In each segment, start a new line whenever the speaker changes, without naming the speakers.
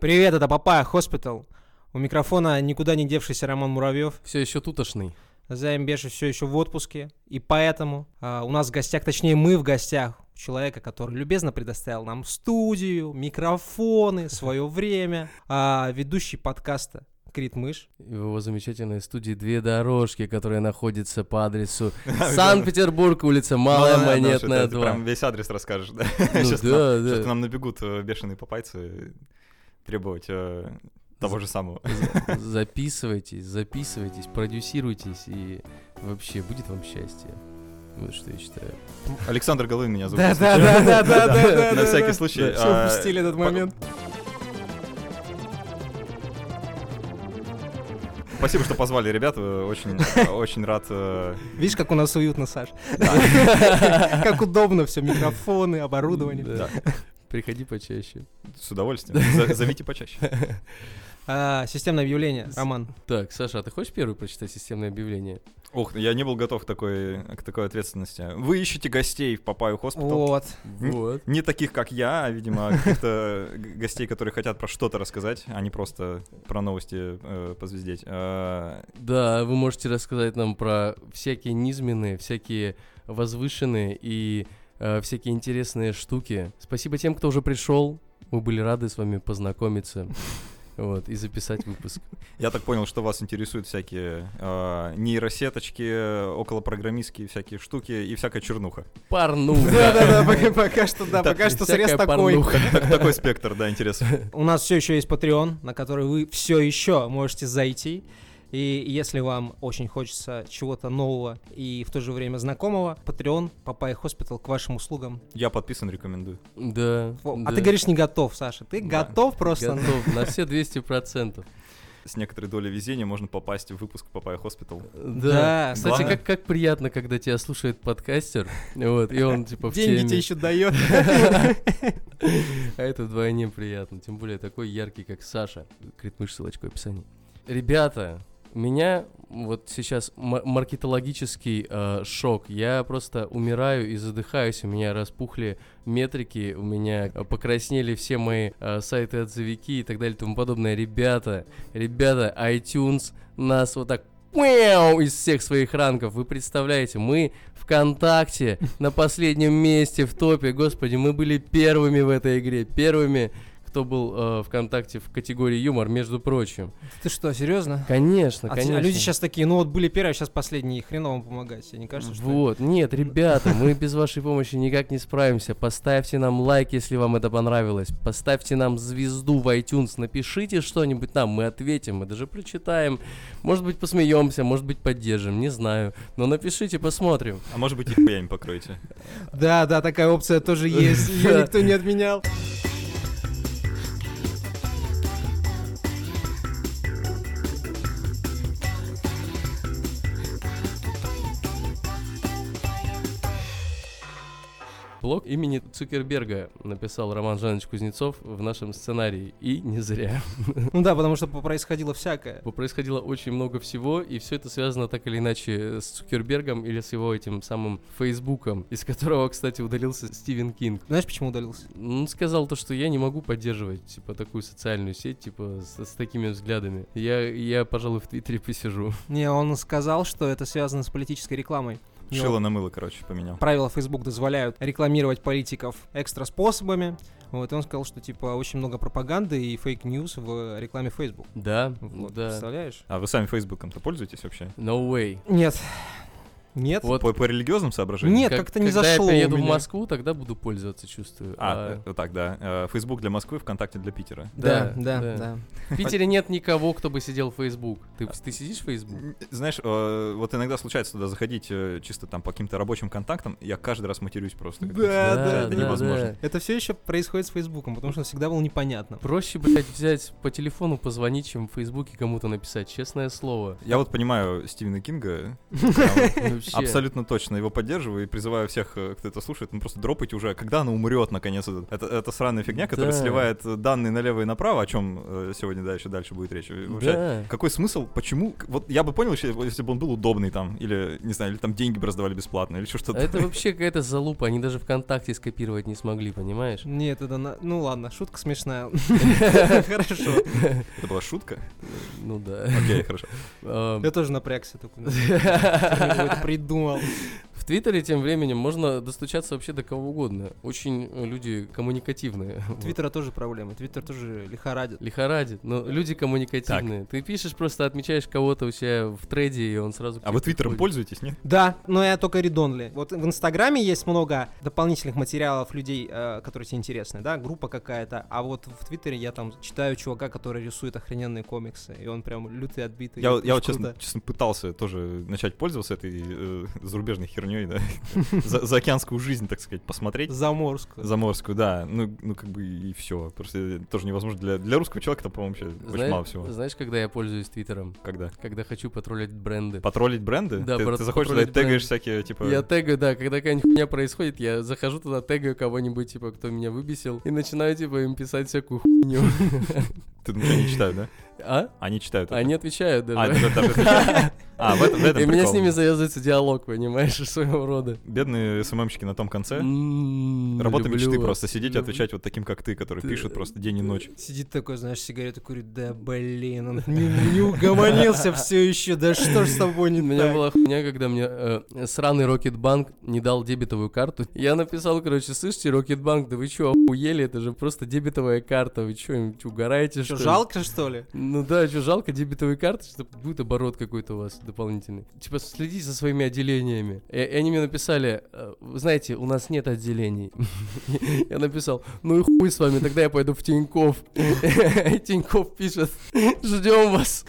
Привет, это Папая Хоспитал. У микрофона никуда не девшийся Роман Муравьев.
Все еще тутошный.
Займ Беши все еще в отпуске. И поэтому а, у нас в гостях, точнее мы в гостях, у человека, который любезно предоставил нам студию, микрофоны, свое время, а, ведущий подкаста Крит Мыш.
И В его замечательной студии «Две дорожки», которая находится по адресу Санкт-Петербург, улица Малая
Ну да, да, что
Монетная,
ты Прям
2.
весь адрес расскажешь, да?
Ну
Сейчас
да,
нам-
да.
сейчас к нам набегут э, бешеные папайцы требовать э, того же самого.
Записывайтесь, записывайтесь, продюсируйтесь, и вообще будет вам счастье. Вот что я считаю.
Александр Головин меня зовут.
Да,
если
да,
чё.
да, да, да, да, да.
На всякий
да.
случай.
Всё,
а,
упустили этот
по-
момент.
Спасибо, что позвали, ребята. э, Очень, э, очень рад. э,
Видишь, как у нас уютно, Саш?
да.
Как удобно все, микрофоны, оборудование.
Да. Приходи почаще.
С удовольствием. За- Зовите почаще.
А, Системное объявление, Роман.
Так, Саша, а ты хочешь первый прочитать системное объявление?
Ух, я не был готов к такой, к такой ответственности. Вы ищете гостей в Папаю Хоспитал.
Вот.
Вот.
Не таких, как я, а, видимо, каких-то г- гостей, которые хотят про что-то рассказать, а не просто про новости э, позвездеть. Э,
Да, вы можете рассказать нам про всякие низменные, всякие возвышенные и э, всякие интересные штуки. Спасибо тем, кто уже пришел. Мы были рады с вами познакомиться. Вот, и записать выпуск.
Я так понял, что вас интересуют всякие э, нейросеточки, околопрограммистские всякие штуки и всякая чернуха.
Да,
Порнуха.
да, да, пока- пока что, да,
Так,
пока что
всякая
срез такой.
порнуха.
Так- Такой спектр, да, интересов.
У нас все еще есть Patreon, на который вы все еще можете зайти. И если вам очень хочется чего-то нового и в то же время знакомого, Patreon, Папай Хоспитал к вашим услугам.
Я подписан, рекомендую.
Да.
Во, А
да.
ты говоришь, не готов, Саша. Ты
Да.
готов просто.
Готов на все 200%.
С некоторой долей везения можно попасть в выпуск Папая Хоспитал.
Да,
Да. Кстати,
главное-
как, как приятно, когда тебя слушает подкастер, вот, и он типа в
Деньги
теме.
тебе еще дает.
А это вдвойне приятно, тем более такой яркий, как Саша. Критмыш, ссылочка в описании. Ребята, у меня вот сейчас ма- маркетологический э, шок. Я просто умираю и задыхаюсь, у меня распухли метрики, у меня э, покраснели все мои э, сайты отзывики и так далее и тому подобное. Ребята, ребята, iTunes нас вот так мяу из всех своих ранков. Вы представляете, мы ВКонтакте на последнем месте в топе. Господи, мы были первыми в этой игре. Первыми, кто был э, ВКонтакте в категории юмор, между прочим.
Ты что, серьезно?
Конечно,
А те-
конечно.
а люди сейчас такие, ну вот были первые, а сейчас последние, хреново вам помогать. Тебе не кажется, что...
Вот, нет, ребята, мы без вашей помощи никак не справимся. Поставьте нам лайк, если вам это понравилось. Поставьте нам звезду в iTunes, напишите что-нибудь нам, мы ответим, мы даже прочитаем. Может быть, посмеемся, может быть, поддержим, не знаю. Но напишите, посмотрим.
А может быть, и хуями покроете.
Да, да, такая опция тоже есть. Ее
Да.
никто не отменял.
Блог имени Цукерберга написал Роман Жанович Кузнецов в нашем сценарии. И не зря.
Ну да, потому что происходило всякое.
Происходило очень много всего, и все это связано так или иначе с Цукербергом или с его этим самым Фейсбуком, из которого, кстати, удалился Стивен Кинг. Ну,
Знаешь, почему удалился?
Он сказал то, что я не могу поддерживать, типа, такую социальную сеть, типа, с, с такими взглядами. Я, я, пожалуй, в Твиттере посижу.
Не, он сказал, что это связано с политической рекламой. И он-
Шило на мыло, короче, поменял.
Правила Facebook дозволяют рекламировать политиков экстра способами. Вот, и он сказал, что типа очень много пропаганды и фейк-ньюс в рекламе Facebook.
Да,
Вот,
да.
представляешь?
А вы сами Фейсбуком-то пользуетесь вообще?
No way.
Нет. Нет.
Вот
По, по религиозным соображениям?
Нет, как-то не
когда
зашло у
я приеду в
меня.
Москву, тогда буду пользоваться, чувствую.
А, э, так, да. Э, Фейсбук для Москвы, ВКонтакте для Питера.
Да, да,
да,
да.
да. В Питере нет никого, кто бы сидел в Facebook. Ты, ты сидишь в Facebook?
М, Знаешь, э, вот иногда случается туда заходить э, чисто там по каким-то рабочим контактам, я каждый раз матерюсь просто.
Да, да,
это
да,
невозможно.
Это все еще происходит с Фейсбуком, потому что всегда было непонятно.
Проще, блядь, взять по телефону позвонить, чем в Фейсбуке кому-то написать, честное слово. Ну,
Я вот понимаю Стивена Кинга,
вообще.
Абсолютно точно его поддерживаю и призываю всех, э, кто это слушает, ну просто дропайте уже, когда она умрет, наконец, этот- это, это сраная фигня, которая
Да.
сливает э, данные налево и направо, о чем э, сегодня дальше, дальше будет речь. И вообще,
Да.
Какой смысл? Почему? К- Вот я бы понял, если, если бы он был удобный там, или, не знаю, или там деньги бы раздавали бесплатно, или еще что-то.
А Это вообще какая-то залупа, они даже ВКонтакте скопировать не смогли, понимаешь?
Нет, это... на- Ну ладно, шутка смешная. Хорошо.
Это была шутка?
Ну да.
Окей, хорошо.
Эм,
Я тоже напрягся такой. ну, что-нибудь Придумал.
В Твиттере тем временем можно достучаться вообще до кого угодно. Очень э, люди коммуникативные.
У Твиттера тоже проблемы. Твиттер тоже лихорадит.
Лихорадит, но люди коммуникативные. Ты пишешь, просто отмечаешь кого-то у себя в треде, и он сразу... к
А
тебе
вы твиттером
приходит.
пользуетесь, нет?
Да, но я только редонли. Вот в Инстаграме есть много дополнительных материалов людей, э, которые тебе интересны, да, группа какая-то. А вот в Твиттере я там читаю чувака, который рисует охрененные комиксы, и он прям лютый, отбитый.
Я,
Это
я вот,
очень
честно,
круто.
честно пытался тоже начать пользоваться этой э, зарубежной херней, да. За, заокеанскую жизнь, так сказать, посмотреть.
Заморскую.
Заморскую, да. Ну, ну как бы и все. Просто э, тоже невозможно. Для, для русского человека там, по-моему, вообще очень
Знаешь-
мало всего.
Знаешь, когда я пользуюсь Твиттером?
Когда?
Когда хочу потроллить бренды.
Потроллить бренды?
Да,
ты,
про-
ты заходишь туда и
потроллить
тегаешь
бренды.
всякие, типа...
Я тегаю, да, когда какая-нибудь хуйня происходит, я захожу туда, тегаю кого-нибудь, типа, кто меня выбесил, и начинаю, типа, им писать всякую хуйню.
Ты думаешь, они читают, да?
А?
Они читают. это.
Они отвечают
А,
даже.
это- это- это- А, в этом, в этом
И у меня
прикол.
с ними завязывается диалог, понимаешь, своего рода. М-м-м,
Бедные СММщики на том конце. Работа
Работа
мечты просто сидеть и отвечать вот таким, как ты, который
Ты-
пишет просто день и ночь.
Сидит такой, знаешь, сигарету курит, да блин, он не, не угомонился все еще, да что ж с тобой не
У меня
так?
была хуйня, когда мне э, сраный Рокетбанк не дал дебетовую карту. Я написал, короче, слышите, Рокетбанк, да вы чё, охуели? Это же просто дебетовая карта, вы чё, им чё, угораете,
Что,
что ли?»
жалко что ли?
Ну да, что жалко, дебетовые карты, что будет оборот какой-то у вас дополнительный. Типа следите за своими отделениями. И, и они мне написали, э, вы знаете, у нас нет отделений. Я написал, ну и хуй с вами, тогда я пойду в Тиньков. И Тиньков пишет, ждем вас.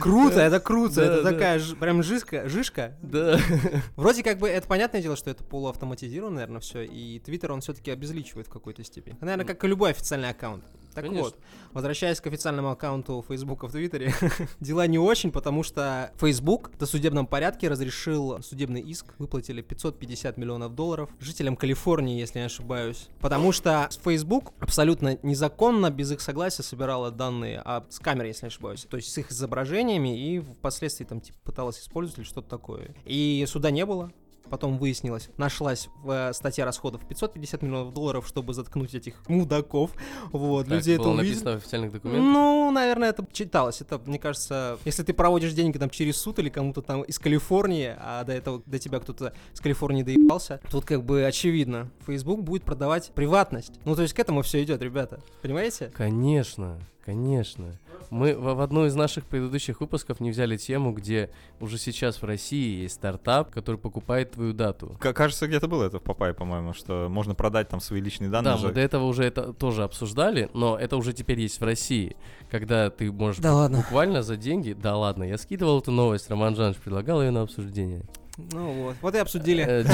Круто, это круто,
Да,
это
да.
такая ж- прям жишка, жишка,
Да.
Вроде как бы это понятное дело, что это полуавтоматизировано, наверное, все, и Твиттер он все-таки обезличивает в какой-то степени. Наверное, как и любой официальный аккаунт. Так
Конечно.
вот, возвращаясь к официальному аккаунту Фейсбука в Твиттере, дела не очень, потому что Фейсбук в досудебном порядке разрешил судебный иск, выплатили 550 миллионов долларов жителям Калифорнии, если не ошибаюсь, потому что Фейсбук абсолютно незаконно, без их согласия собирала данные а, с камеры, если не ошибаюсь, то есть с их изображениями и впоследствии там типа пыталась использовать или что-то такое. И суда не было, Потом выяснилось, нашлась в э, статье расходов 550 миллионов долларов, чтобы заткнуть этих мудаков. Вот,
Так
люди это
было
увидели.
написано в официальных документах.
Ну, наверное, это читалось. Это, мне кажется, если ты проводишь деньги там через суд или кому-то там из Калифорнии, а до этого до тебя кто-то из Калифорнии доебался, тут как бы очевидно, Facebook будет продавать приватность. Ну, то есть к этому все идет, ребята. Понимаете?
Конечно, конечно. Мы в, в одной из наших предыдущих выпусков не взяли тему, где уже сейчас в России есть стартап, который покупает твою дату.
К- Кажется, где-то было это в Папай, по-моему, что можно продать там свои личные данные.
Да, мы
за-
до этого уже это тоже обсуждали, но это уже теперь есть в России, когда ты можешь
Да ладно.
буквально за деньги... Да ладно, я скидывал эту новость, Роман Жанович предлагал ее на обсуждение.
Ну вот. Вот и обсудили.
Э,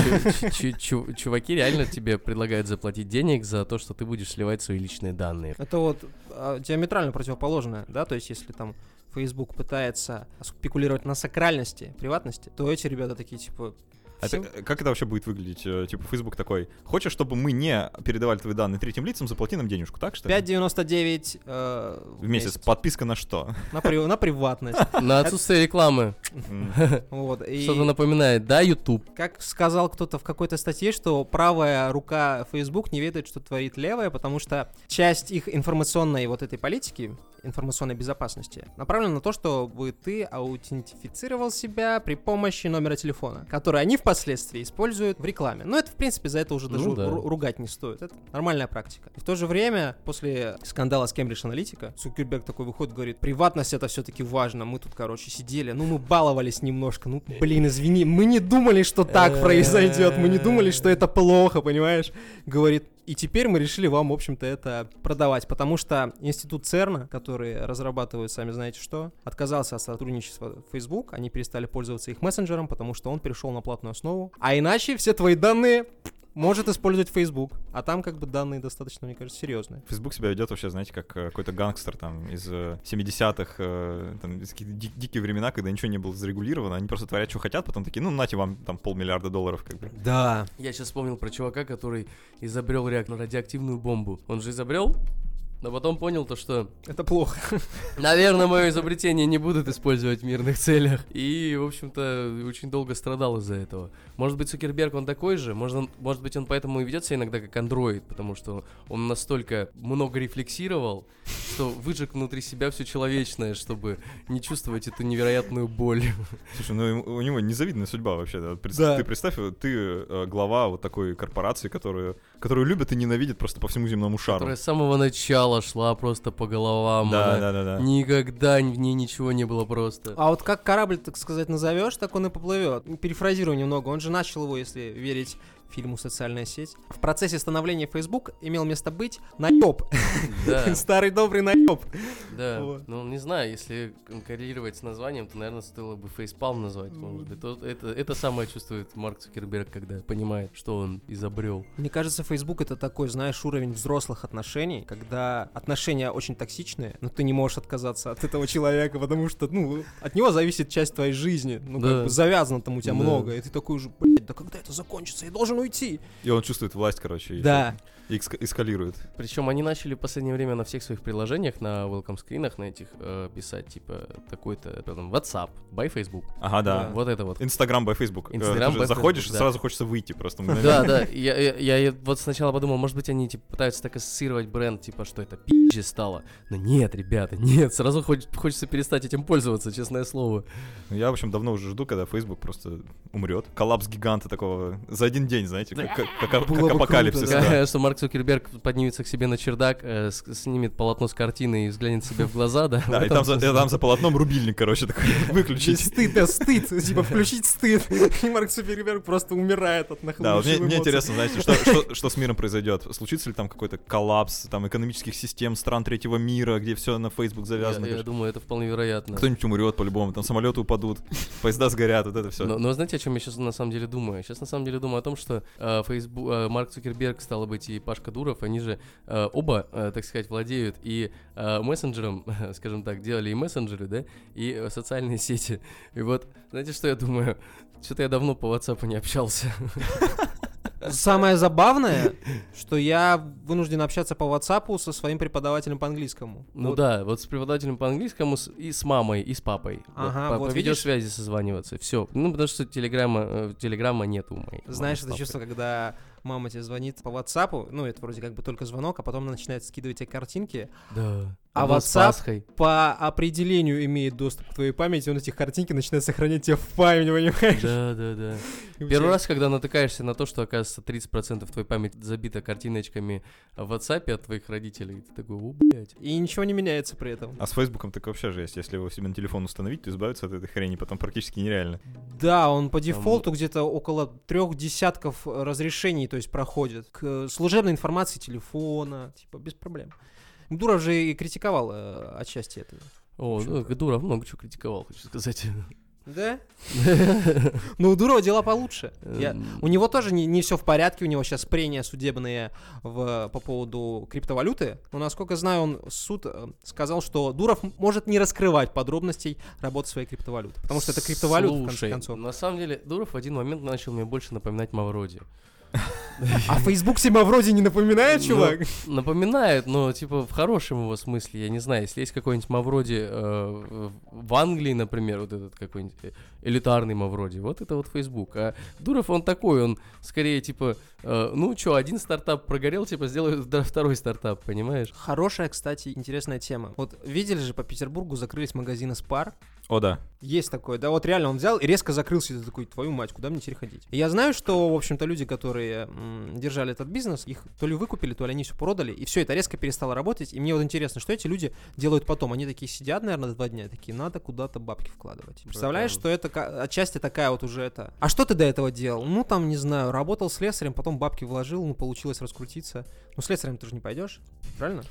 чу- чу- чу- Чуваки реально тебе предлагают заплатить денег за то, что ты будешь сливать свои личные данные.
Это вот а, диаметрально противоположное, да, то есть если там Facebook пытается спекулировать на сакральности, приватности, то эти ребята такие типа...
А
«Всем
это- как это вообще будет выглядеть? Э, Типа Facebook такой, хочешь, чтобы мы не передавали твои данные третьим лицам, заплати нам денежку, так что? ли?
5,99 э,
э, в месяц. Подписка на что?
На, при- на приватность.
На отсутствие рекламы.
М.
Вот. И
Что-то напоминает, да, YouTube?
как сказал кто-то в какой-то статье, что правая рука Facebook не ведает, что творит левая, потому что часть их информационной вот этой политики, информационной безопасности, направлена на то, чтобы ты аутентифицировал себя при помощи номера телефона, который они впоследствии используют в рекламе. Но это, в принципе, за это уже
Ну
даже
да.
ру- ругать не стоит. Это нормальная практика. И в то же время, после скандала с Кембридж Аналитика, Цукерберг такой выходит, говорит, приватность это все-таки важно. Мы тут, короче, сидели, ну мы баловались немножко, ну блин, извини, мы не думали, что так произойдет, мы не думали, что это плохо, понимаешь? Говорит, и теперь мы решили вам, в общем-то, это продавать, потому что институт ЦЕРНа, который разрабатывают, сами знаете что, отказался от сотрудничества Facebook, они перестали пользоваться их мессенджером, потому что он перешел на платную основу, а иначе все твои данные может использовать Facebook, а там как бы данные достаточно, мне кажется, серьезные.
Фейсбук себя ведет вообще, знаете, как э, какой-то гангстер там из э, 70-х, э, там, из какие-то ди- дикие времена, когда ничего не было зарегулировано, они просто творят, что хотят, потом такие, ну, нате вам там полмиллиарда долларов, как бы.
Да.
Я сейчас вспомнил про чувака, который изобрел реактор радиоактивную бомбу. Он же изобрел, но потом понял то, что,
Это плохо.
наверное, мое изобретение не будут использовать в мирных целях. И, в общем-то, очень долго страдал из-за этого. Может быть, Цукерберг, он такой же? Может, он- может быть, он поэтому и ведет себя иногда как андроид, потому что он настолько много рефлексировал, что выжег внутри себя все человечное, чтобы не чувствовать эту невероятную боль.
Слушай, ну ему- у него незавидная судьба вообще. да. Пред-
Да.
Ты представь, э, ты э, глава вот такой корпорации, которую, которую любят и ненавидят просто по всему земному шару.
Которая с самого начала шла просто по головам.
Да,
она
да, да, да.
Никогда в ней ничего не было просто.
А вот как корабль, так сказать, назовешь, так он и поплывет. Перефразирую немного. Он же начал его, если верить фильму «Социальная сеть». В процессе становления Facebook имел место быть наеб.
Да,
Старый добрый наеб.
да.
Вот.
Ну, не знаю, если кон- коррелировать с названием, то, наверное, стоило бы фейспалм назвать, может быть. То- Это, это самое чувствует Марк Цукерберг, когда понимает, что он изобрел.
Мне кажется, Facebook это такой, знаешь, уровень взрослых отношений, когда отношения очень токсичные, но ты не можешь отказаться от этого человека, потому что, ну, от него зависит часть твоей жизни. Ну,
Да.
как бы завязано там у тебя
Да.
много, и ты такой уже, блядь, да когда это закончится? Я должен уйти.
И он чувствует власть, короче, и
Да.
всё, и экск- эскалирует.
Причем они начали в последнее время на всех своих приложениях, на welcome скринах, на этих э, писать, типа, такой-то там, WhatsApp, by Facebook.
Ага, да.
Вот это вот.
Инстаграм by Facebook. Э,
Инстаграм
ты же
by
заходишь,
Facebook, да.
и сразу хочется выйти просто.
Да,
мгновенно.
да, я, я, я вот сначала подумал, может быть, они типа, пытаются так ассоциировать бренд, типа, что это пи***че стало. Но нет, ребята, нет, сразу хоч- хочется перестать этим пользоваться, честное слово.
Ну, Я, в общем, давно уже жду, когда Facebook просто умрет. Коллапс гиганта такого за один день, знаете, как, как- как- как
Было бы
апокалипсис.
круто,
да.
Что Марк Цукерберг поднимется к себе на чердак, э, с- снимет полотно с картины и взглянет себе в глаза, да?
Да, и там за, и там за полотном рубильник, короче, такой
Здесь
выключить.
стыд, да, стыд. Типа включить стыд. И Марк Цукерберг просто умирает от
Да, вот
нахлынувших
мне, мне
эмоций.
интересно, знаете, что, что, что с миром произойдет? Случится ли там какой-то коллапс там, экономических систем стран третьего мира, где все на Facebook
Я,
завязано?
я
короче?
думаю, это вполне вероятно.
Кто-нибудь умрет по-любому, там самолеты упадут, поезда сгорят, вот это все.
Но, но знаете, о чем я сейчас на самом деле думаю? Сейчас на самом деле думаю о том, что э, Фейсбу- э, Марк Цукерберг, стало быть, и Пашка Дуров, они же э, оба, э, так сказать, владеют и э, мессенджером, скажем так, делали и мессенджеры, да, и э, социальные сети. И вот, знаете, что я думаю? Что-то я давно по WhatsApp не общался.
Самое забавное, что я вынужден общаться по WhatsApp со своим преподавателем по английскому.
Ну
Вот.
да, вот с преподавателем по английскому с- и с мамой, и с папой.
Ага,
по,
вот
по
видишь?
видеосвязи созваниваться. Все. Ну, потому что телеграмма, э, телеграмма нету у моей. мамы
Знаешь,
с
это
папой.
чувство, когда мама тебе звонит по WhatsApp, ну это вроде как бы только звонок, а потом она начинает скидывать тебе картинки.
Да.
А
Потом с
WhatsApp?
Пасхой.
По определению имеет доступ к твоей памяти, он эти картинки начинает сохранять тебе в память, понимаешь?
Да, да, да.
И у тебя-
Первый раз, когда натыкаешься на то, что, оказывается, 30% твоей памяти забита картиночками в WhatsApp от твоих родителей, ты такой, о, блядь.
И ничего не меняется при этом.
А с Фейсбуком так вообще жесть. Если его себе на телефон установить, то избавиться от этой хрени потом практически нереально.
Да, он по дефолту где-то около трех десятков э, разрешений, то есть проходит. К э, служебной информации телефона, типа, без проблем. Дуров же и критиковал э, отчасти это.
О, ну,
Чё-то.
Дуров много чего критиковал, хочу сказать.
Да? Но у Дурова дела получше. Я-
Эм,
У него тоже не, все в порядке, у него сейчас прения судебные в, по поводу криптовалюты. Но, насколько знаю, он суд э, сказал, что Дуров м- может не раскрывать подробностей работы своей криптовалюты. Потому что это криптовалюта, в конце
Слушай, ну,
концов.
на самом деле, Дуров в один момент начал мне больше напоминать Мавроди.
А Facebook себя вроде не напоминает,
Ну,
чувак?
Напоминает, но, типа, в хорошем его смысле, я не знаю, если есть какой-нибудь Мавроди э, в- в Англии, например, вот этот какой-нибудь э, элитарный Мавроди, вот это вот Facebook. А Дуров, он такой, он скорее, типа, э, ну чё, один стартап прогорел, типа, сделаю да, второй стартап, понимаешь?
Хорошая, кстати, интересная тема. Вот видели же, по Петербургу закрылись магазины спар.
О, да.
Есть такое, да, вот реально он взял и резко закрылся, и ты такой, твою мать, куда мне теперь ходить? И я знаю, что, в общем-то, люди, которые м, держали этот бизнес, их то ли выкупили, то ли они все продали, и все это резко перестало работать, и мне вот интересно, что эти люди делают потом? Они такие сидят, наверное, два дня, и такие, надо куда-то бабки вкладывать. Представляешь,
Братан.
что это ка- отчасти такая вот уже это. А что ты до этого делал? Ну, там, не знаю, работал слесарем, потом бабки вложил, ну, получилось раскрутиться. Ну, слесарем ты же не пойдешь, правильно?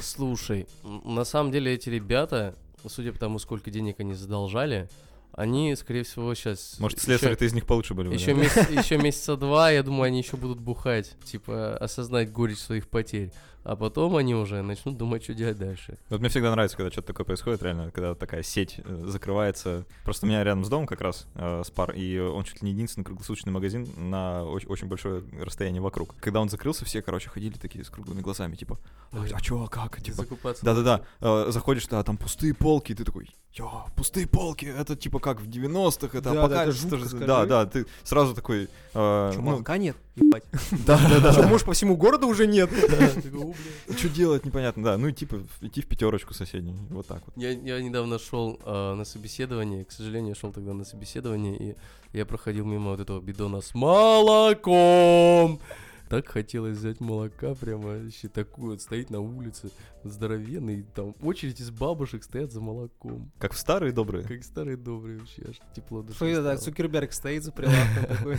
Слушай, м, на самом деле эти ребята, судя по тому, сколько денег они задолжали, Они, скорее всего, сейчас...
Может, слесарь-то из них получше были бы.
Еще,
да?
меся- еще месяца два, я думаю, они еще будут бухать, типа осознать горечь своих потерь. А потом они уже начнут думать, что делать дальше.
Вот мне всегда нравится, когда что-то такое происходит, реально, когда такая сеть э, закрывается. Просто у меня рядом с домом как раз э, спар, и он чуть ли не единственный круглосуточный магазин на оч- очень большое расстояние вокруг. Когда он закрылся, все, короче, ходили такие с круглыми глазами, типа, а, а чё, а как,
Где
типа...
закупаться?
Да-да-да, э, заходишь, да, там пустые полки, и ты такой, Йо, пустые полки, это типа как в 90-х, это
Да, да,
апокалипсис.
это жутко,
тоже-
скажи.
да, да, ты сразу такой... э,
Чё,
ну,
молока нет? Ебать.
да, да, да.
Чё, может, по всему городу уже нет?
Такой, «О, бля».
Что делать, непонятно, да. Ну и типа идти в пятерочку соседнюю. Вот так вот.
Я, я недавно шел э, на собеседование, к сожалению, шел тогда на собеседование, и я проходил мимо вот этого бидона с молоком. Так хотелось взять молока прямо, вообще такую вот, стоит на улице, здоровенный, там очередь из бабушек стоят за молоком.
Как в старые добрые.
Как старые добрые вообще, аж тепло души
Что это так,
стало.
Цукерберг стоит за прилавком такой.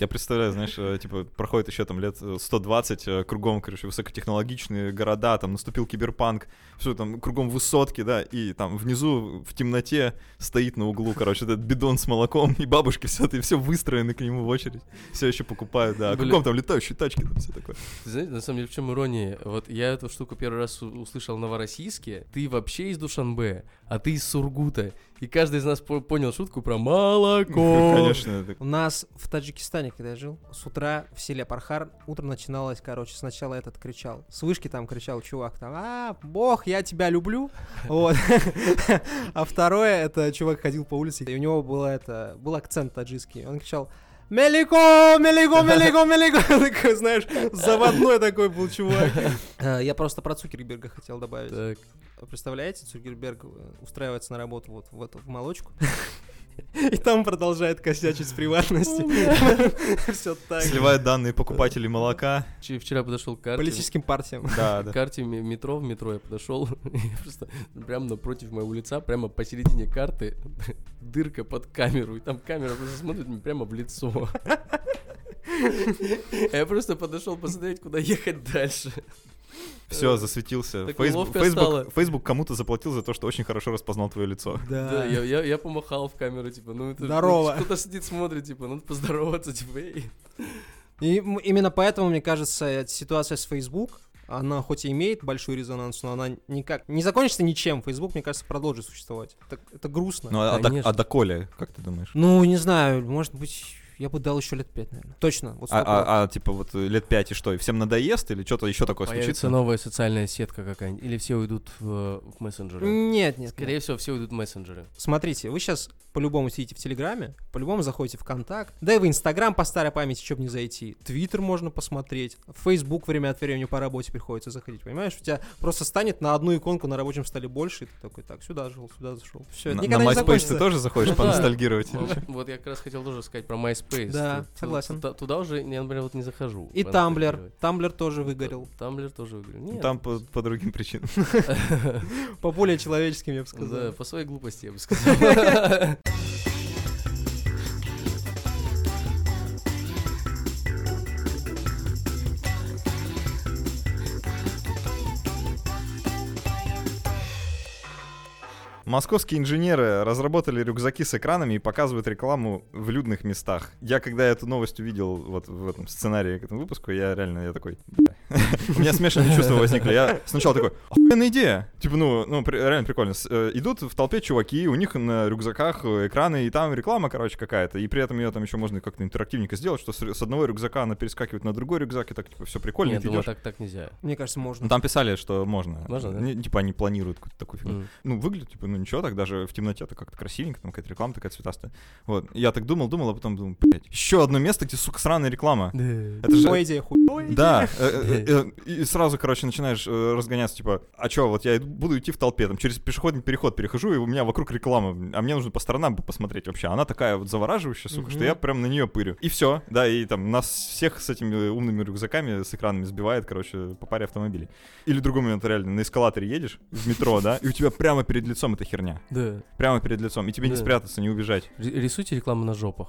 Я представляю, знаешь, э, типа, проходит еще там лет э, 120, э, кругом, короче, высокотехнологичные города, там наступил киберпанк, все там кругом высотки, да, и там внизу в темноте стоит на углу, короче, этот бидон с молоком, и бабушки все, и все выстроены к нему в очередь, все еще покупают, да, а
Блин.
кругом там летающие тачки, там все такое.
Ты знаешь, на самом деле, в чем ирония? Вот я эту штуку первый раз у- услышал в Новороссийске. Ты вообще из Душанбе, а ты из Сургута. И каждый из нас по- понял шутку про молоко.
Конечно, это-
У нас в Таджикистане, когда я жил, с утра в селе Пархар, утро начиналось, короче, сначала этот кричал. С вышки там кричал чувак, там, а, бог, я тебя люблю. Вот. А второе, это чувак ходил по улице, и у него было это, был акцент таджикский. Он кричал, Мелико, мелико, мелико, мелико. Такой, знаешь, заводной такой был чувак. Э, Я просто про Цукерберга хотел добавить.
Так.
Представляете, Цукерберг э, устраивается на работу вот в эту в молочку. И там продолжает косячить с
Ну
приватностью. Все так. же.
Сливают данные покупателей молока,
Чи- Вчера подошел к карте.
Политическим партиям.
да,
К
да.
карте ме- метро, в метро я подошел, и просто прямо напротив моего лица, прямо посередине карты, дырка под камеру, и там камера просто смотрит мне прямо в лицо. А Я просто подошел посмотреть, куда ехать дальше.
Все, засветился.
Так
Фейсбук,
неловко
Фейсбук-
стало.
Фейсбук кому-то заплатил за то, что очень хорошо распознал твое лицо.
Да, я, я- я помахал в камеру, типа, ну это...
Здорово.
Кто-то сидит, смотрит, типа, надо поздороваться, типа, эй.
И м- именно поэтому, мне кажется, э, ситуация с Facebook, она хоть и имеет большой резонанс, но она никак не закончится ничем. Facebook, мне кажется, продолжит существовать. Так- Это грустно.
Ну, а, а до-
Конечно.
а доколе, как ты думаешь?
Ну, не знаю, может быть, я бы дал еще лет пять, наверное. Точно. вот
А,
сто
а-
процентов.
а, типа вот э, лет пять и что? И всем надоест или что-то еще такое случится?
новая социальная сетка какая-нибудь, или все уйдут в, в
а
мессенджеры?
Нет, нет. нет.
Скорее всего, все уйдут в мессенджеры.
Смотрите, вы сейчас по-любому сидите в Телеграме, по-любому заходите в Контакт, да и в Инстаграм по старой памяти, чтобы не зайти. Твиттер можно посмотреть, в Фейсбук время от времени по работе приходится заходить, понимаешь? У тебя просто станет на одну иконку на рабочем столе больше, и ты такой, так, сюда зашел, сюда зашел. Все, это
На, на
никогда не
MySpace
закончится.
ты тоже заходишь
Ну да.
поностальгировать?
Вот- Вот я как раз хотел тоже сказать про MySpace.
Да,
Ту- ту-
согласен.
Туда, туда уже я, например, вот не захожу.
И
Понятное
Тамблер.
дело.
Тамблер тоже выгорел.
Тамблер тоже выиграл.
Ну,
Нет.
Там по, по другим причинам.
По более человеческим, я бы
Да,
сказал.
по своей глупости я бы сказал.
Московские инженеры разработали рюкзаки с экранами и показывают рекламу в людных местах. Я когда эту новость увидел вот в этом сценарии к этому выпуску, я реально, я такой, «Бля». У меня смешанные чувства возникли. Я сначала такой, охуенная идея. Типа, ну, ну, при- реально прикольно. С- э, Идут в толпе чуваки, у них на рюкзаках э, экраны, и там реклама, короче, какая-то. И при этом ее там еще можно как-то интерактивненько сделать, что с рю- с одного рюкзака она перескакивает на другой рюкзак, и так, типа, все прикольно. и
Нет, ну
ты
думаю,
идешь.
так так нельзя.
Мне кажется,
Ну,
можно.
там писали, что можно.
Можно, да?
Не- Типа они планируют какую-то такую фигню.
М.
Ну, выглядит, типа, ну ничего, так даже в темноте это как-то красивенько, там какая-то реклама такая цветастая. Вот. Я так думал, думал, а потом думал, блядь, еще одно место, где, сука, сраная реклама. Это же...
Ой, идея хуй.
Да, э, э, э, и сразу, короче, начинаешь э, разгоняться, типа, а чё, вот я иду- буду идти в толпе, там, через пешеходный переход перехожу, и у меня вокруг реклама, а мне нужно по сторонам бы посмотреть вообще. Она такая вот завораживающая, сука,
Мгм.
что я прям на нее пырю. И все, да, и там нас всех с этими э, умными рюкзаками, с экранами сбивает, короче, по паре автомобилей. Или другой момент, реально, на эскалаторе едешь в метро, да, и у тебя прямо перед лицом эта херня.
Да.
Прямо перед лицом, и тебе не
Да.
спрятаться, не убежать.
Ри- Рисуйте рекламу на жопах.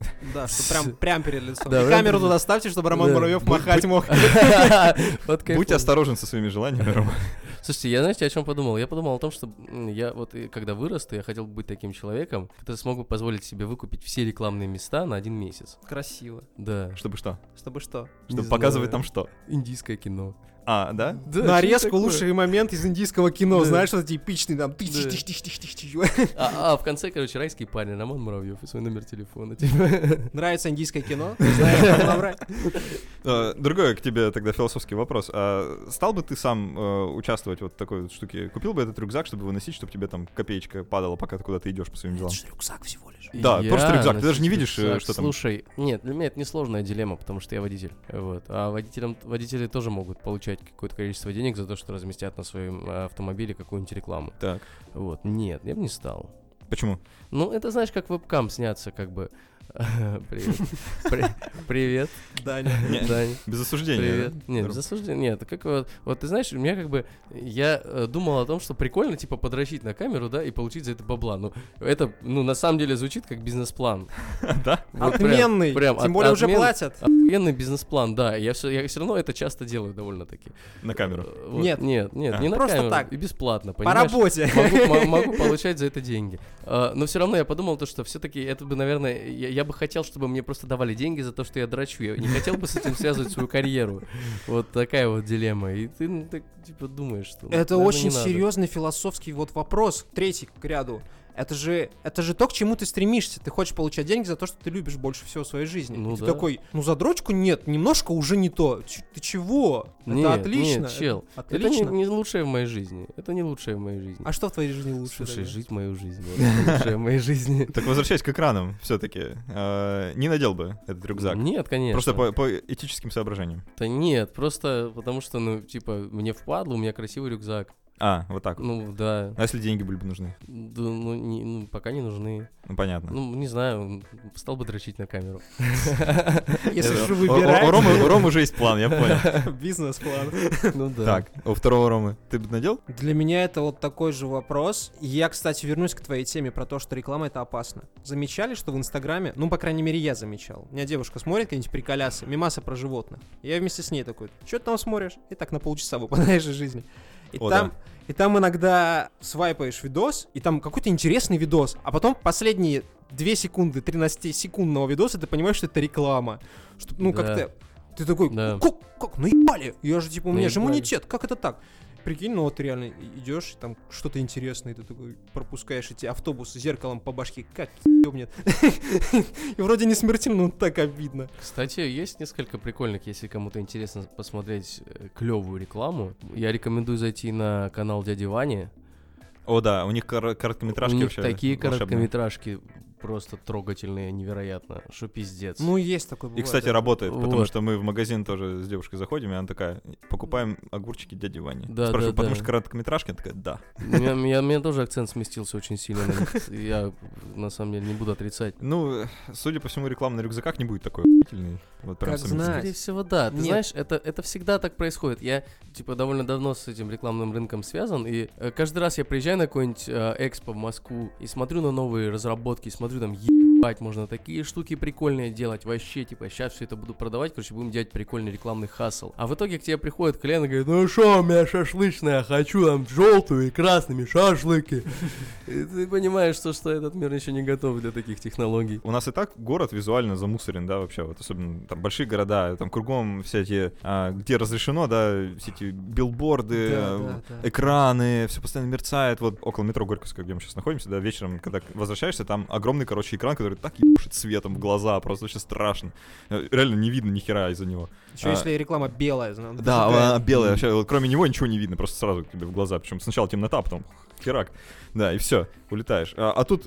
Да, что прям, прям перед лицом.
Да,
И
прям
камеру
перед-
туда ставьте, чтобы Роман
Да. а.
Муравьев
Будь-
махать мог.
Вот кайфово.
Будь осторожен со своими желаниями, Рома.
Слушайте, я, знаете, о чем подумал? Я подумал о том, что м, я вот и когда вырасту, я хотел бы быть таким человеком, который смог бы позволить себе выкупить все рекламные места на один месяц.
Красиво.
Да.
Чтобы что?
Чтобы что?
Не
Чтобы показывать
знаю.
там что?
Индийское кино.
А, да?
Да,
Нарезку
что такое?
лучший момент из индийского кино,
Да.
знаешь, вот типичный там. тыч,
Да.
тыч, тыч, тыч, тыч, тыч.
А, а, в конце, короче, райский парень, Роман Муравьев и свой номер телефона. типа.
Нравится индийское кино? Не знаю, как набрать.
Э, Другой к тебе тогда философский вопрос. А стал бы ты сам э, участвовать вот в такой вот штуке? Купил бы этот рюкзак, чтобы выносить, чтобы тебе там копеечка падала, пока ты куда-то идешь по своим делам?
рюкзак всего лишь.
Да,
Я
просто рюкзак, ты даже не
носить
видишь, э,
рюкзак.
что там.
Слушай, нет, для меня это несложная дилемма, потому что я водитель. Вот. А водителям, водители тоже могут получать какое-то количество денег за то, что разместят на своем э, автомобиле какую-нибудь рекламу.
Так.
Вот. Нет, я бы не стал.
Почему?
Ну, это знаешь, как вебкам сняться, как бы. Привет. При- Привет,
Даня.
Не,
Даня.
Без осуждения.
Привет.
да?
Нет,
Здорово.
засуждение. Нет, как вот, вот ты знаешь, у меня как бы я э, думал о том, что прикольно типа подрочить на камеру, да, и получить за это бабла. Ну это, ну на самом деле звучит как бизнес-план.
Да?
Вот прям-
Отменный.
прям
Тем
от-
более уже
отмен-
платят.
Охуенный бизнес-план, да. Я все, я все равно это часто делаю довольно-таки.
На камеру.
Э, вот,
Нет.
нет, нет,
А.
не на
Просто
камеру,
так.
И бесплатно,
По
понимаешь?
работе.
Могу, м- могу получать за это деньги. А, Но все равно я подумал, то, что все-таки это бы, наверное, я, я бы хотел, чтобы мне просто давали деньги за то, что я драчу. Я не хотел бы с этим связывать свою карьеру. Вот такая вот дилемма. И ты ну, так, типа думаешь, что. ну,
Это
наверное,
очень
не надо.
серьезный философский вот вопрос. Третий к ряду. Это же, это же то, к чему ты стремишься. Ты хочешь получать деньги за то, что ты любишь больше всего в своей жизни.
Ну
И ты
да.
такой, ну за дрочку нет, немножко уже не то. Ч- ты чего?
Нет,
это отлично.
нет, чел.
это
Это не,
отлично.
не лучшее в моей жизни. Это не лучшее в моей жизни.
А что в твоей жизни лучше?
Слушай,
тогда?
жить мою жизнь. вот, это Лучшее в моей жизни.
Так возвращаясь к экранам все-таки. Не надел бы этот рюкзак.
Нет, конечно.
Просто по, по этическим соображениям.
Да нет, просто потому что, ну, типа, мне впадло, у меня красивый рюкзак.
А, вот так. вот.
Ну, да.
А если деньги были бы нужны?
Да, ну, не- ну, пока не нужны.
Ну, понятно.
Ну, не знаю, стал бы дрочить на камеру.
Если
Это-
же
у- Э, у- у
выбирать
Ромы- у Ромы уже есть план, я понял.
бизнес-план.
Ну да.
Так, у второго Ромы ты бы надел?
Для меня это вот такой же вопрос. И Я, кстати, вернусь к твоей теме про то, что реклама это опасно. Замечали, что в Инстаграме, ну, по крайней мере, я замечал. У меня девушка смотрит какие-нибудь приколясы, мимасы про животных. И я вместе с ней такой, что ты там смотришь? И так на полчаса выпадаешь из жизни. И
О,
там,
да.
и там иногда свайпаешь видос, и там какой-то интересный видос, а потом последние 2 секунды 13-секундного видоса ты понимаешь, что это реклама. Что, ну,
Да.
как-то ты такой,
Да.
как, как, наебали? Я же, типа, у меня же
Наебали.
иммунитет, как это так? Прикинь, ну вот ты реально и- идешь, и там что-то интересное, и ты такой пропускаешь эти автобусы зеркалом по башке, как ебнет. И вроде не смертельно, но так обидно.
Кстати, есть несколько прикольных, если кому-то интересно посмотреть э, клевую рекламу. Я рекомендую зайти на канал дяди Вани.
О, да, у них кор-
У
короткометражки
них
вообще
такие
волшебные.
короткометражки просто трогательные, невероятно, что пиздец.
Ну, есть такой
И,
бывает.
кстати,
да.
работает, потому
Вот.
что мы в магазин тоже с девушкой заходим, и она такая, покупаем огурчики дяди Вани.
Да,
Спрашиваю,
да,
потому
да.
что короткометражки? Она такая, да.
У меня- у меня у меня тоже акцент сместился очень сильно. на них. Я на самом деле не буду отрицать.
Ну, э, судя по всему, реклама на рюкзаках не будет такой охуительной. Вот прям
Как
сомнительно.
знать.
Скорее всего, да. Ты
Нет.
знаешь, это, это всегда так происходит. Я, типа, довольно давно с этим рекламным рынком связан, и э, каждый раз я приезжаю на какой-нибудь э, экспо в Москву и смотрю на новые разработки, смотрю там, ебать, можно такие штуки прикольные делать, вообще, типа, сейчас все это буду продавать, короче, будем делать прикольный рекламный хасл. А в итоге к тебе приходит клиент и говорит, ну шо, у меня шашлычная, хочу там желтую и красными шашлыки. И ты понимаешь, что, что этот мир еще не готов для таких технологий.
У нас и так город визуально замусорен, да, вообще, вот особенно там большие города, там кругом все эти, а, где разрешено, да, все эти билборды,
Да,
э,
да, да.
экраны, все постоянно мерцает. Вот около метро Горьковского, где мы сейчас находимся, да, вечером, когда к- возвращаешься, там огромный, короче, экран, который так ебушит светом в глаза, просто вообще страшно. Э, Реально не видно ни хера из-за него.
Еще если реклама белая, знаешь.
А. Да, она белая,
Мгм.
вообще, вот кроме него ничего не видно, просто сразу к тебе в глаза. Причем сначала темнота, а потом херак. Да, и все, улетаешь. А, а тут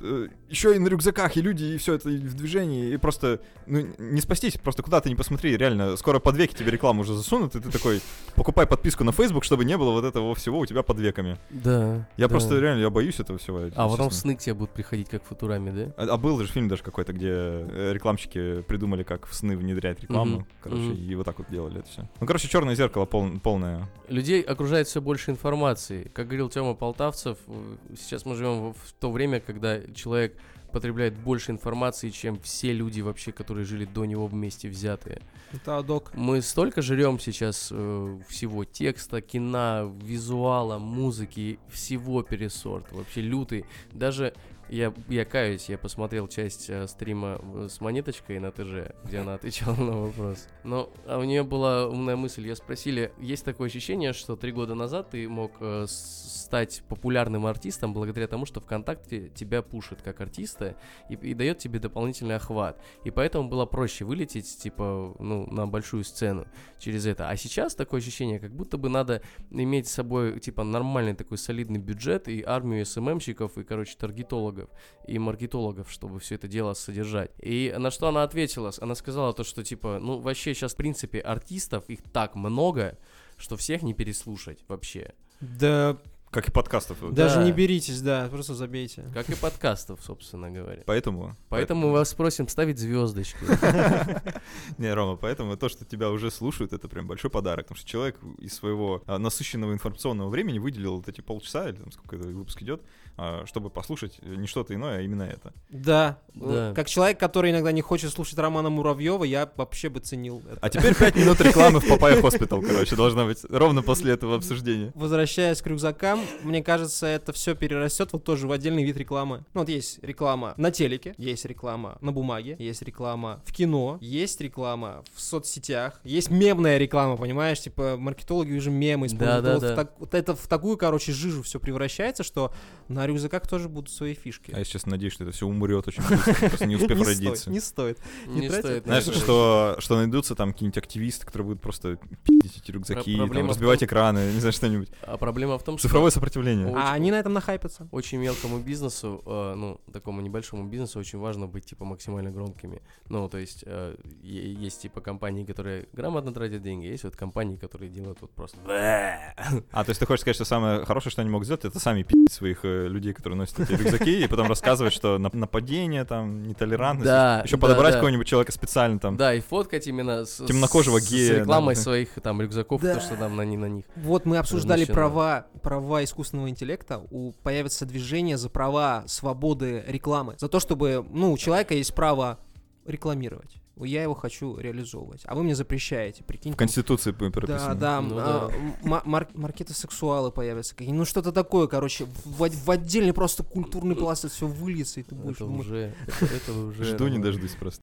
еще и на рюкзаках, и люди, и все это и в движении, и просто, ну, н- не спастись, просто куда ты не посмотри, реально, скоро под веки тебе рекламу уже засунут, и ты такой, покупай подписку на Facebook, чтобы не было вот этого всего у тебя под веками.
Да.
Я
да.
просто реально, я боюсь этого всего. если
А потом
честно.
сны к тебе будут приходить, как в Футураме, да?
А, а был же фильм даже какой-то, где э, рекламщики придумали, как в сны внедрять рекламу,
Мгм.
короче,
Мгм.
и вот так вот делали это все. Ну, короче, черное зеркало пол- полное.
Людей окружает все больше информации. Как говорил Тёма Полтавцев, в- сейчас мы живем в- в то время, когда человек потребляет больше информации, чем все люди вообще, которые жили до него вместе взятые.
Да, док.
Мы столько жрем сейчас э, всего текста, кино, визуала, музыки, всего пересорт, вообще лютый. Даже я, я каюсь, я посмотрел часть э, стрима э, с монеточкой на ТЖ, где она отвечала на вопрос. Но а у нее была умная мысль. Ее спросили, есть такое ощущение, что три года назад ты мог э, с- стать популярным артистом благодаря тому, что ВКонтакте тебя пушит как артиста и, и дает тебе дополнительный охват. И поэтому было проще вылететь, типа, ну, на большую сцену через это. А сейчас такое ощущение, как будто бы надо иметь с собой, типа, нормальный такой солидный бюджет и армию СММщиков и, короче, таргетологов и маркетологов, чтобы все это дело содержать. И на что она ответила? Она сказала то, что, типа, ну, вообще сейчас, в принципе, артистов их так много, что всех не переслушать вообще.
Да,
Как и подкастов. вот.
даже не беритесь, да, просто забейте.
Как и подкастов, собственно говоря.
Поэтому...
Поэтому вас просим ставить звездочки.
Не, Рома, поэтому то, что тебя уже слушают, это прям большой подарок, потому что человек из своего а, насыщенного информационного времени выделил вот эти полчаса, или там сколько это выпуск идет, а, чтобы послушать не что-то иное, а именно это.
Да.
Да.
Э, Как человек, который иногда не хочет слушать Романа Муравьева, я вообще бы ценил это.
А теперь 5 минут рекламы в Папая Хоспитал, короче, должна быть ровно после этого обсуждения.
Возвращаясь к рюкзакам, мне кажется, это все перерастет вот тоже в отдельный вид рекламы. Ну вот есть реклама на телеке, есть реклама на бумаге, есть реклама в кино, есть реклама в соцсетях, есть мемная реклама, понимаешь? Типа маркетологи уже мемы используют.
Да, да,
вот, в
да.
так- вот это в такую, короче, жижу все превращается, что на рюкзаках тоже будут свои фишки.
А я сейчас надеюсь, что это все умрет очень быстро, просто не успев
Не стоит,
родиться.
Не стоит.
Не
тратят?
стоит.
Знаешь,
на это.
что, что найдутся там какие-нибудь активисты, которые будут просто пиздить эти рюкзаки,
Про-
там,
проблема в
разбивать
том-
экраны, не знаю, что-нибудь.
А проблема в том, что
Цифровое сопротивление.
Очень-
А они на этом нахайпятся.
очень мелкому бизнесу, э, ну, такому небольшому бизнесу очень важно быть, типа, максимально громкими. Ну, то есть, э, е- есть, типа, компании, которые грамотно тратят деньги, а есть вот компании, которые делают вот просто...
А, то есть ты хочешь сказать, что самое хорошее, что они могут сделать, это сами пи***ть своих э, людей, которые носят эти рюкзаки, и потом рассказывать, что нап- нападение, там, нетолерантность.
Да,
Еще
да,
подобрать
да.
какого-нибудь человека специально там.
Да, и фоткать именно с,
Темнокожего
с- с
гея,
рекламой
да.
своих там рюкзаков,
Да.
то, что там на, ни- на них.
Вот мы обсуждали
Размещено.
права, права искусственного интеллекта. У, появится движение за права свободы рекламы. За то, чтобы ну, у человека есть право рекламировать. Я его хочу реализовывать. А вы мне запрещаете, прикинь.
В Конституции п-
Да,
прописано.
да,
Ну
а, ма- мар- маркетосексуалы появятся. какие- Ну что-то такое, короче. В, од- в отдельный просто культурный пласт это все выльется, и ты будешь
Это
думать.
уже... это- этого уже...
Жду не
ну,
дождусь просто.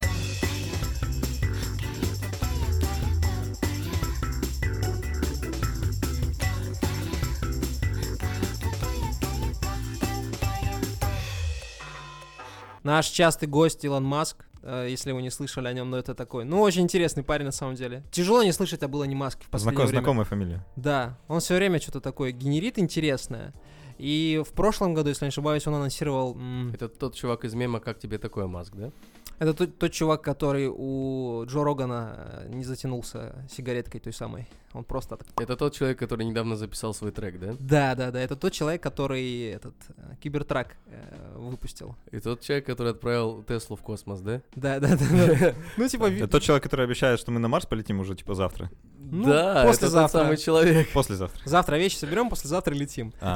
Наш частый гость Илон Маск, э, если вы не слышали о нем, но это такой. Ну, очень интересный парень на самом деле. Тяжело не слышать об Илоне Маске в последнее
Знаком-
время.
Знакомая фамилия.
Да, он все время что-то такое генерит интересное. И в прошлом году, если не ошибаюсь, он анонсировал... м,
Это тот чувак из мема «Как тебе такое, Маск», да?
Это тот, тот чувак, который у Джо Рогана э, не затянулся сигареткой той самой. Он просто так...
Это тот человек, который недавно записал свой трек, да?
Да, да, да, это тот человек, который этот э, кибертрак э, выпустил.
И тот человек, который отправил Теслу в космос, да?
Да, да, да. да. Ну, типа... ви-
Это тот человек, который обещает, что мы на Марс полетим уже, типа, завтра.
Ну,
да, это тот
послезавтра.
самый человек.
Послезавтра.
Завтра вещи соберем, послезавтра летим.
А,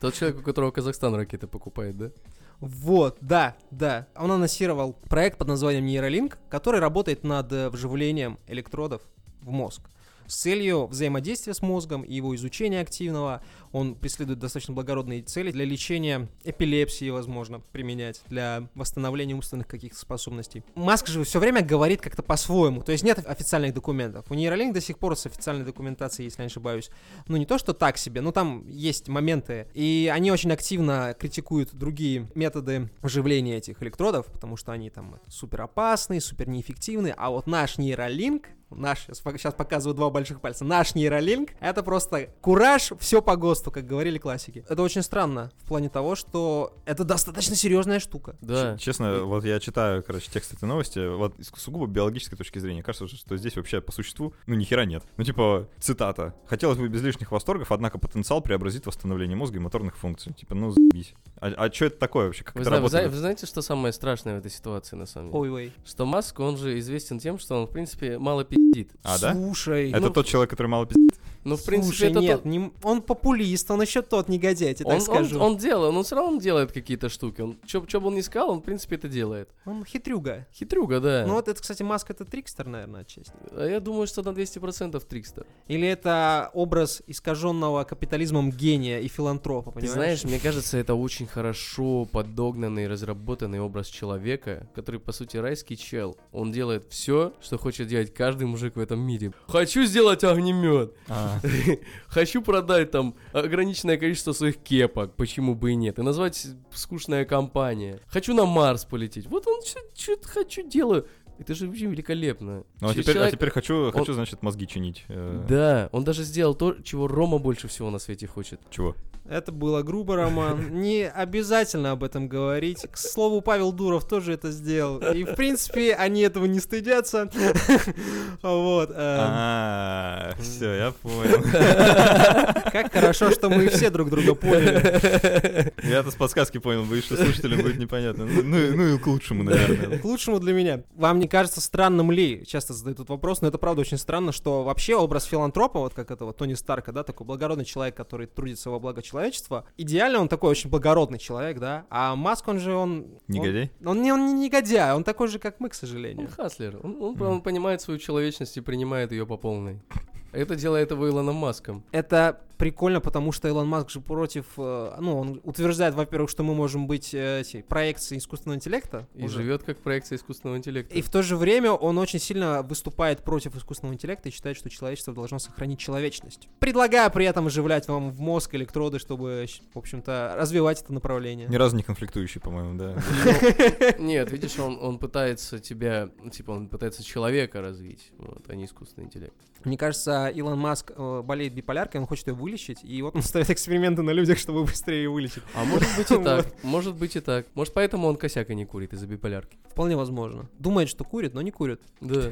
Тот человек, у которого Казахстан ракеты покупает, да?
Вот, да, да. Он анонсировал проект под названием Нейролинк, который работает над э, вживлением электродов в мозг. С целью взаимодействия с мозгом и его изучения активного он преследует достаточно благородные цели для лечения эпилепсии, возможно, применять, для восстановления умственных каких-то способностей. Маск же все время говорит как-то по-своему, то есть нет официальных документов. У Нейролинк до сих пор с официальной документацией, если я не ошибаюсь, ну не то, что так себе, но там есть моменты. И они очень активно критикуют другие методы вживления этих электродов, потому что они там супер опасные, супер неэффективны. А вот наш нейролинк, наш, сейчас показываю два больших пальца, наш нейролинк, это просто кураж, все по ГОСТу, как говорили классики. Это очень странно в плане того, что это достаточно серьезная штука.
Да.
Честно, вот я читаю, короче, текст этой новости, вот из сугубо биологической точки зрения, кажется, что здесь вообще по существу, ну, ни хера нет. Ну, типа, цитата. «Хотелось бы без лишних восторгов, однако потенциал преобразит восстановление мозга и моторных функций». Типа, ну, заебись. А, что это такое вообще? Как
Вы,
это
зна- вы зна-
работает?
вы знаете, что самое страшное в этой ситуации, на самом деле?
Ой-ой.
Что Маск, он же известен тем, что он, в принципе, мало пиздит.
А, да?
Слушай,
Это
ну,
тот человек, который мало пиздит.
Ну, в принципе,
Слушай,
это
нет,
то-
не м- он популист, он еще тот негодяй, я тебе
он,
так скажу.
он, он делает, но все равно делает какие-то штуки. Он, чё, чё бы он ни сказал, он, в принципе, это делает.
Он хитрюга.
Хитрюга, да.
Ну вот это, кстати, маска это трикстер, наверное, отчасти.
А я думаю, что на 200% трикстер.
Или это образ искаженного капитализмом гения и филантропа, понимаешь?
Ты знаешь, мне кажется, это очень хорошо подогнанный, разработанный образ человека, который, по сути, райский чел. Он делает все, что хочет делать каждый мужик в этом мире. Хочу сделать огнемет.
А.
Хочу продать там ограниченное количество своих кепок, почему бы и нет, и назвать скучная компания. Хочу на Марс полететь. Вот он что-то хочу делаю. Это же вообще великолепно.
Ну, а
Че-
теперь, а
человек-
теперь хочу, хочу, значит, мозги чинить. э,
Да, он даже сделал то, чего Рома больше всего на свете хочет.
Чего?
Это было грубо, Роман. Не обязательно об этом говорить. К слову, Павел Дуров тоже это сделал. И, в принципе, они этого не стыдятся. Вот. э,
Все, А, я понял.
Как хорошо, что мы все друг друга поняли.
Я-то с подсказки понял, боюсь, что слушателям будет непонятно. Ну, ну ну и к лучшему, наверное.
К лучшему для меня. Вам не кажется странным ли, часто задают этот вопрос, но это правда очень странно, что вообще образ филантропа, вот как этого Тони Старка, да, такой благородный человек, который трудится во благо человечества, идеально он такой очень благородный человек, да, а Маск, он же, он...
Негодяй?
Он, он не, он не негодяй, он такой же, как мы, к
Он
сожалению.
хаслер. Он, он, он понимает свою человечность и принимает ее по полной. Это делает его Илоном Маском.
Это прикольно, потому что Илон Маск же против, э, ну, он утверждает, во-первых, что мы можем быть э, эти, проекцией искусственного интеллекта.
И
уже.
живет как проекция искусственного интеллекта.
И в то же время он очень сильно выступает против искусственного интеллекта и считает, что человечество должно сохранить человечность. Предлагая при этом оживлять вам в мозг электроды, чтобы, щ- в общем-то, развивать это направление.
Ни разу не конфликтующий, по-моему, да.
Нет, видишь, он, он пытается тебя, ну, типа, он пытается человека развить, вот, а не искусственный интеллект.
Мне кажется, Илон Маск э, болеет биполяркой, он хочет ее вылечить, и вот он ставит эксперименты на людях, чтобы быстрее ее вылечить.
А может быть и так, может быть и так. Может, поэтому он косяк и не курит из-за биполярки.
Вполне возможно. Думает, что курит, но не курит.
Да.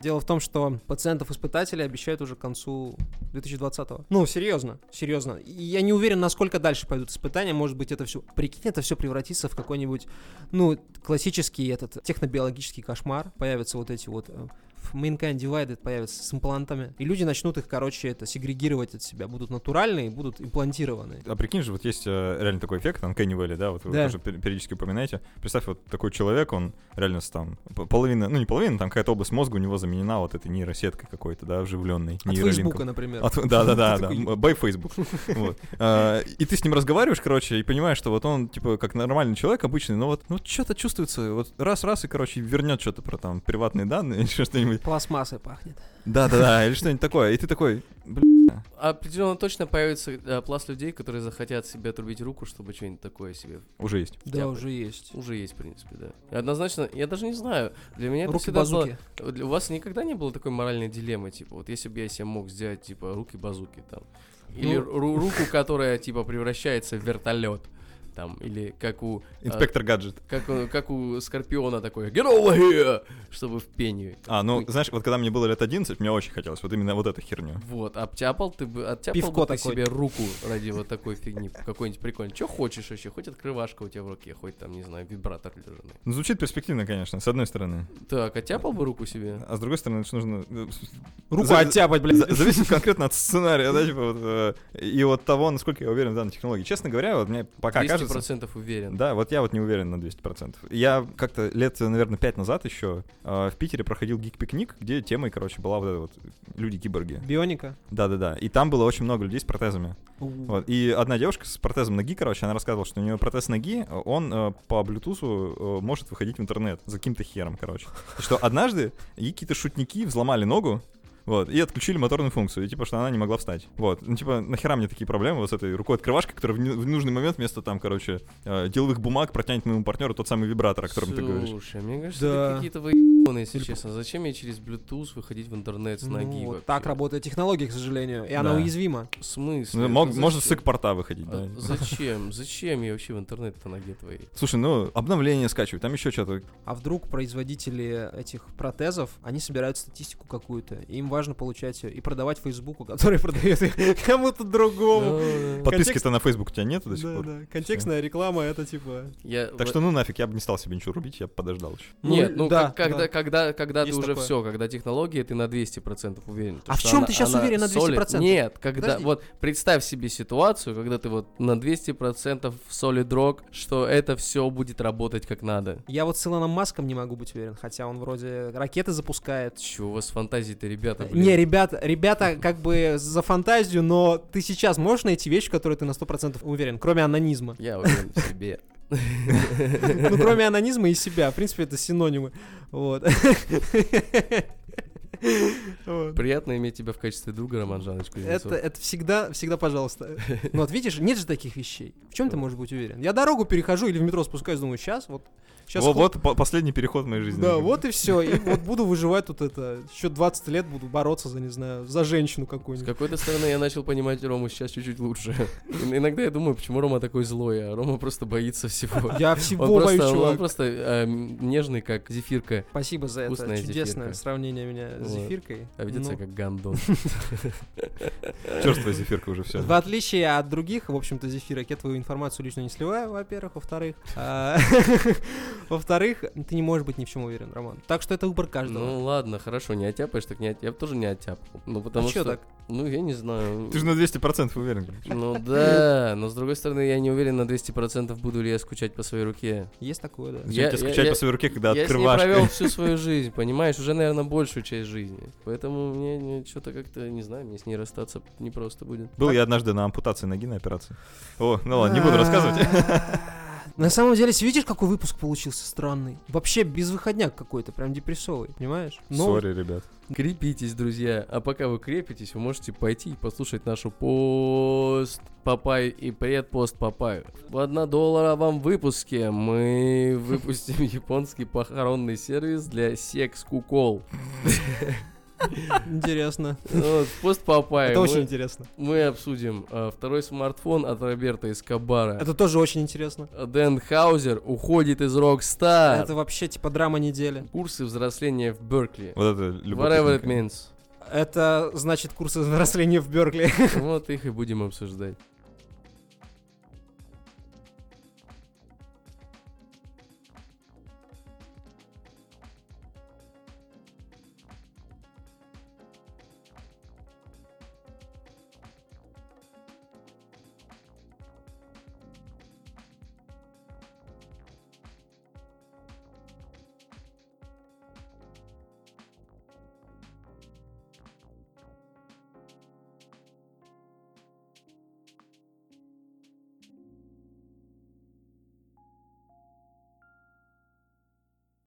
Дело в том, что пациентов-испытателей обещают уже к концу 2020-го. Ну, серьезно, серьезно. И Я не уверен, насколько дальше пойдут испытания. Может быть, это все... Прикинь, это все превратится в какой-нибудь, ну, классический этот технобиологический кошмар. Появятся вот эти вот... э, в Mankind Divided появятся с имплантами. И люди начнут их, короче, это сегрегировать от себя. Будут натуральные, будут имплантированные.
А прикинь же, вот есть э, реально такой эффект, Uncanny Valley, да, вот вы
Да.
тоже пер- периодически упоминаете. Представь, вот такой человек, он реально с там п- половина, ну не половина, там какая-то область мозга у него заменена вот этой нейросеткой какой-то, да, вживленной.
От Фейсбука, например.
От- да, да, да,
Ты
да.
такой,
м, By Facebook. Вот. А, И ты с ним разговариваешь, короче, и понимаешь, что вот он, типа, как нормальный человек обычный, но вот, ну, что-то чувствуется, вот раз-раз и, короче, вернет что-то про там приватные данные или еще что-нибудь.
Пластмассой пахнет.
Да, да, да, или что-нибудь такое. И ты такой, бля.
Определенно А точно появится э, пласт людей, которые захотят себе отрубить руку, чтобы что-нибудь такое себе.
Уже есть.
Да,
Я
уже есть.
Уже есть, в принципе, да. И однозначно, я даже не знаю, для меня это всегда было-
Руки-базуки.
Для- У вас никогда не было такой моральной дилеммы, типа, вот если бы я себе мог сделать, типа, руки-базуки там. Или
Ну.
ру- руку, которая, типа, превращается в вертолет. Там, или как у
Инспектор гаджет.
Как, у- как у Скорпиона такое «Get over here!» Чтобы в пению.
А, ну,
Ой.
знаешь, вот когда мне было лет 11, мне очень хотелось вот именно вот эту херню.
Вот, обтяпал ты бы, оттяпал
Пивко
бы ты
такое.
себе руку ради вот такой фигни, какой-нибудь прикольный. Че хочешь вообще? Хоть открывашка у тебя в руке, хоть там, не знаю, вибратор лежит.
Ну, звучит перспективно, конечно, с одной стороны.
Так, оттяпал бы руку себе?
А с другой стороны, это ж нужно... э,
Руку
за-
оттяпать, блядь.
За- Зависит конкретно от сценария, да, типа вот, э, и от того, насколько я уверен в данной технологии. Честно говоря, вот мне пока
200%
кажется...
уверен.
Да, вот я вот не уверен на 200%. Я как-то лет, наверное, пять назад еще э, в Питере проходил гик-пикник, где темой, короче, была вот эта вот люди-киборги.
Бионика.
Да-да-да. И там было очень много людей с протезами. Вот. И одна девушка с протезом ноги, короче, она рассказывала, что у нее протез ноги, э, он э, по Bluetooth э, может выходить в интернет за каким-то хером, короче. И Что однажды ей какие-то шутники взломали ногу, вот, и отключили моторную функцию, и типа, что она не могла встать. Вот, ну типа, нахера мне такие проблемы вот с этой рукой открывашкой, которая в, не- в нужный момент вместо там, короче, э, деловых бумаг протянет моему партнеру тот самый вибратор, о котором ты говоришь.
Слушай, мне кажется,
Да.
это какие-то воебоны, если
Или по-
честно. Зачем ей через Bluetooth выходить в интернет с
Ну,
ноги
вот
вообще?
так работает технология, к сожалению, и она
Да.
уязвима.
В смысле?
Ну,
Это
мог- может с
зачем?
экпорта выходить, да.
А Зачем? Зачем я вообще в интернет-то ноге твоей?
Слушай, ну, обновление скачивать, там еще что-то.
А вдруг производители этих протезов, они собирают статистику какую-то, и им важно получать ее и продавать Фейсбуку, который продает их кому-то другому.
Да.
Подписки-то на Facebook у тебя
Ну,
нет до сих пор?
да. Контекстная реклама это типа.
Я
Так
в-
что ну нафиг, я бы не стал себе ничего рубить, я бы подождал еще.
Нет, ну
да,
как- когда,
да.
когда, когда ты
Есть
уже
такое.
все, когда технология, ты на 200% уверен.
А в
что
чём
она-
ты щас
она
уверен на
solid.
200%?
Нет, когда,
Подожди.
вот представь себе ситуацию, когда ты вот на 200% в solid rock, что это все будет работать как надо.
Я вот с Илоном Маском не могу быть уверен, хотя он вроде ракеты запускает.
Чего у вас фантазии-то, ребята, блин?
Не, ребята, ребята как бы за фантазию, но ты сейчас можешь найти вещь, в которой ты на 100% уверен, кроме анонизма.
Я уверен в себе.
Ну, кроме анонизма и себя. В принципе, это синонимы. Вот. Вот.
Приятно иметь тебя в качестве друга, Роман Жанович Кузнецов.
Это, это всегда, всегда пожалуйста. Ну вот видишь, нет же таких вещей. В чем ты
Да.
можешь быть уверен? Я дорогу перехожу или в метро спускаюсь, думаю, сейчас вот. Сейчас
Во- Вот по- последний переход в моей жизни.
Да, вот и все. И вот буду выживать тут это. Еще 20 лет буду бороться за, не знаю, за женщину
С
какую-нибудь.
какой-то стороны я начал понимать Рому сейчас чуть-чуть лучше. И- Иногда я думаю, почему Рома такой злой, а Рома просто боится всего.
Я
Он
всего
просто,
боюсь,
он
чувак.
просто эм, нежный, как зефирка,
Спасибо за это
вкусная
чудесное
зефирка.
сравнение меня с
Вот.
зефиркой.
а ведется
Ну,
как гандон.
Черт, твоя зефирка уже все.
В отличие от других, в общем-то, зефирок, я твою информацию лично не сливаю, во-первых. Во-вторых, а, во-вторых, ты не можешь быть ни в чем уверен, Роман. Так что это выбор каждого. А
Ну ладно, хорошо, не оттяпаешь, так не оттяпаешь. Я бы тоже не оттяпал. Ну потому
А чё
что...
так?
Ну я не знаю.
Ты же на 200% уверен.
Ну да, но с другой стороны, я не уверен на 200% буду ли я скучать по своей руке.
Есть такое, да.
Зачем
Я-
тебе
я-
скучать
я-
по своей руке, когда
я с ней
открывашка?
провел всю свою жизнь, понимаешь, уже, наверное, большую часть жизни. Поэтому мне, что-то как-то, не знаю, мне с ней расстаться непросто будет.
Был я однажды на ампутации ноги на операции. О, ну ладно, не
А.
буду рассказывать.
На самом деле, видишь, какой выпуск получился странный? Вообще безвыходняк какой-то, прям депрессовый, понимаешь? Ну,
Сори, ребят.
Крепитесь, друзья. А пока вы крепитесь, вы можете пойти и послушать нашу пост Папай и предпост Папаю. В 1 доллара вам в выпуске мы выпустим японский похоронный сервис для секс-кукол.
интересно.
Вот, Пост Папай.
Это
мы-
очень интересно.
Мы обсудим э, второй смартфон от Роберта Эскобара.
Это тоже очень интересно.
Дэн Хаузер уходит из Rockstar.
Это вообще типа драма недели.
Курсы взросления в Беркли.
Вот это любовь.
Whatever it means.
Это значит курсы взросления в Беркли.
Вот их и будем обсуждать.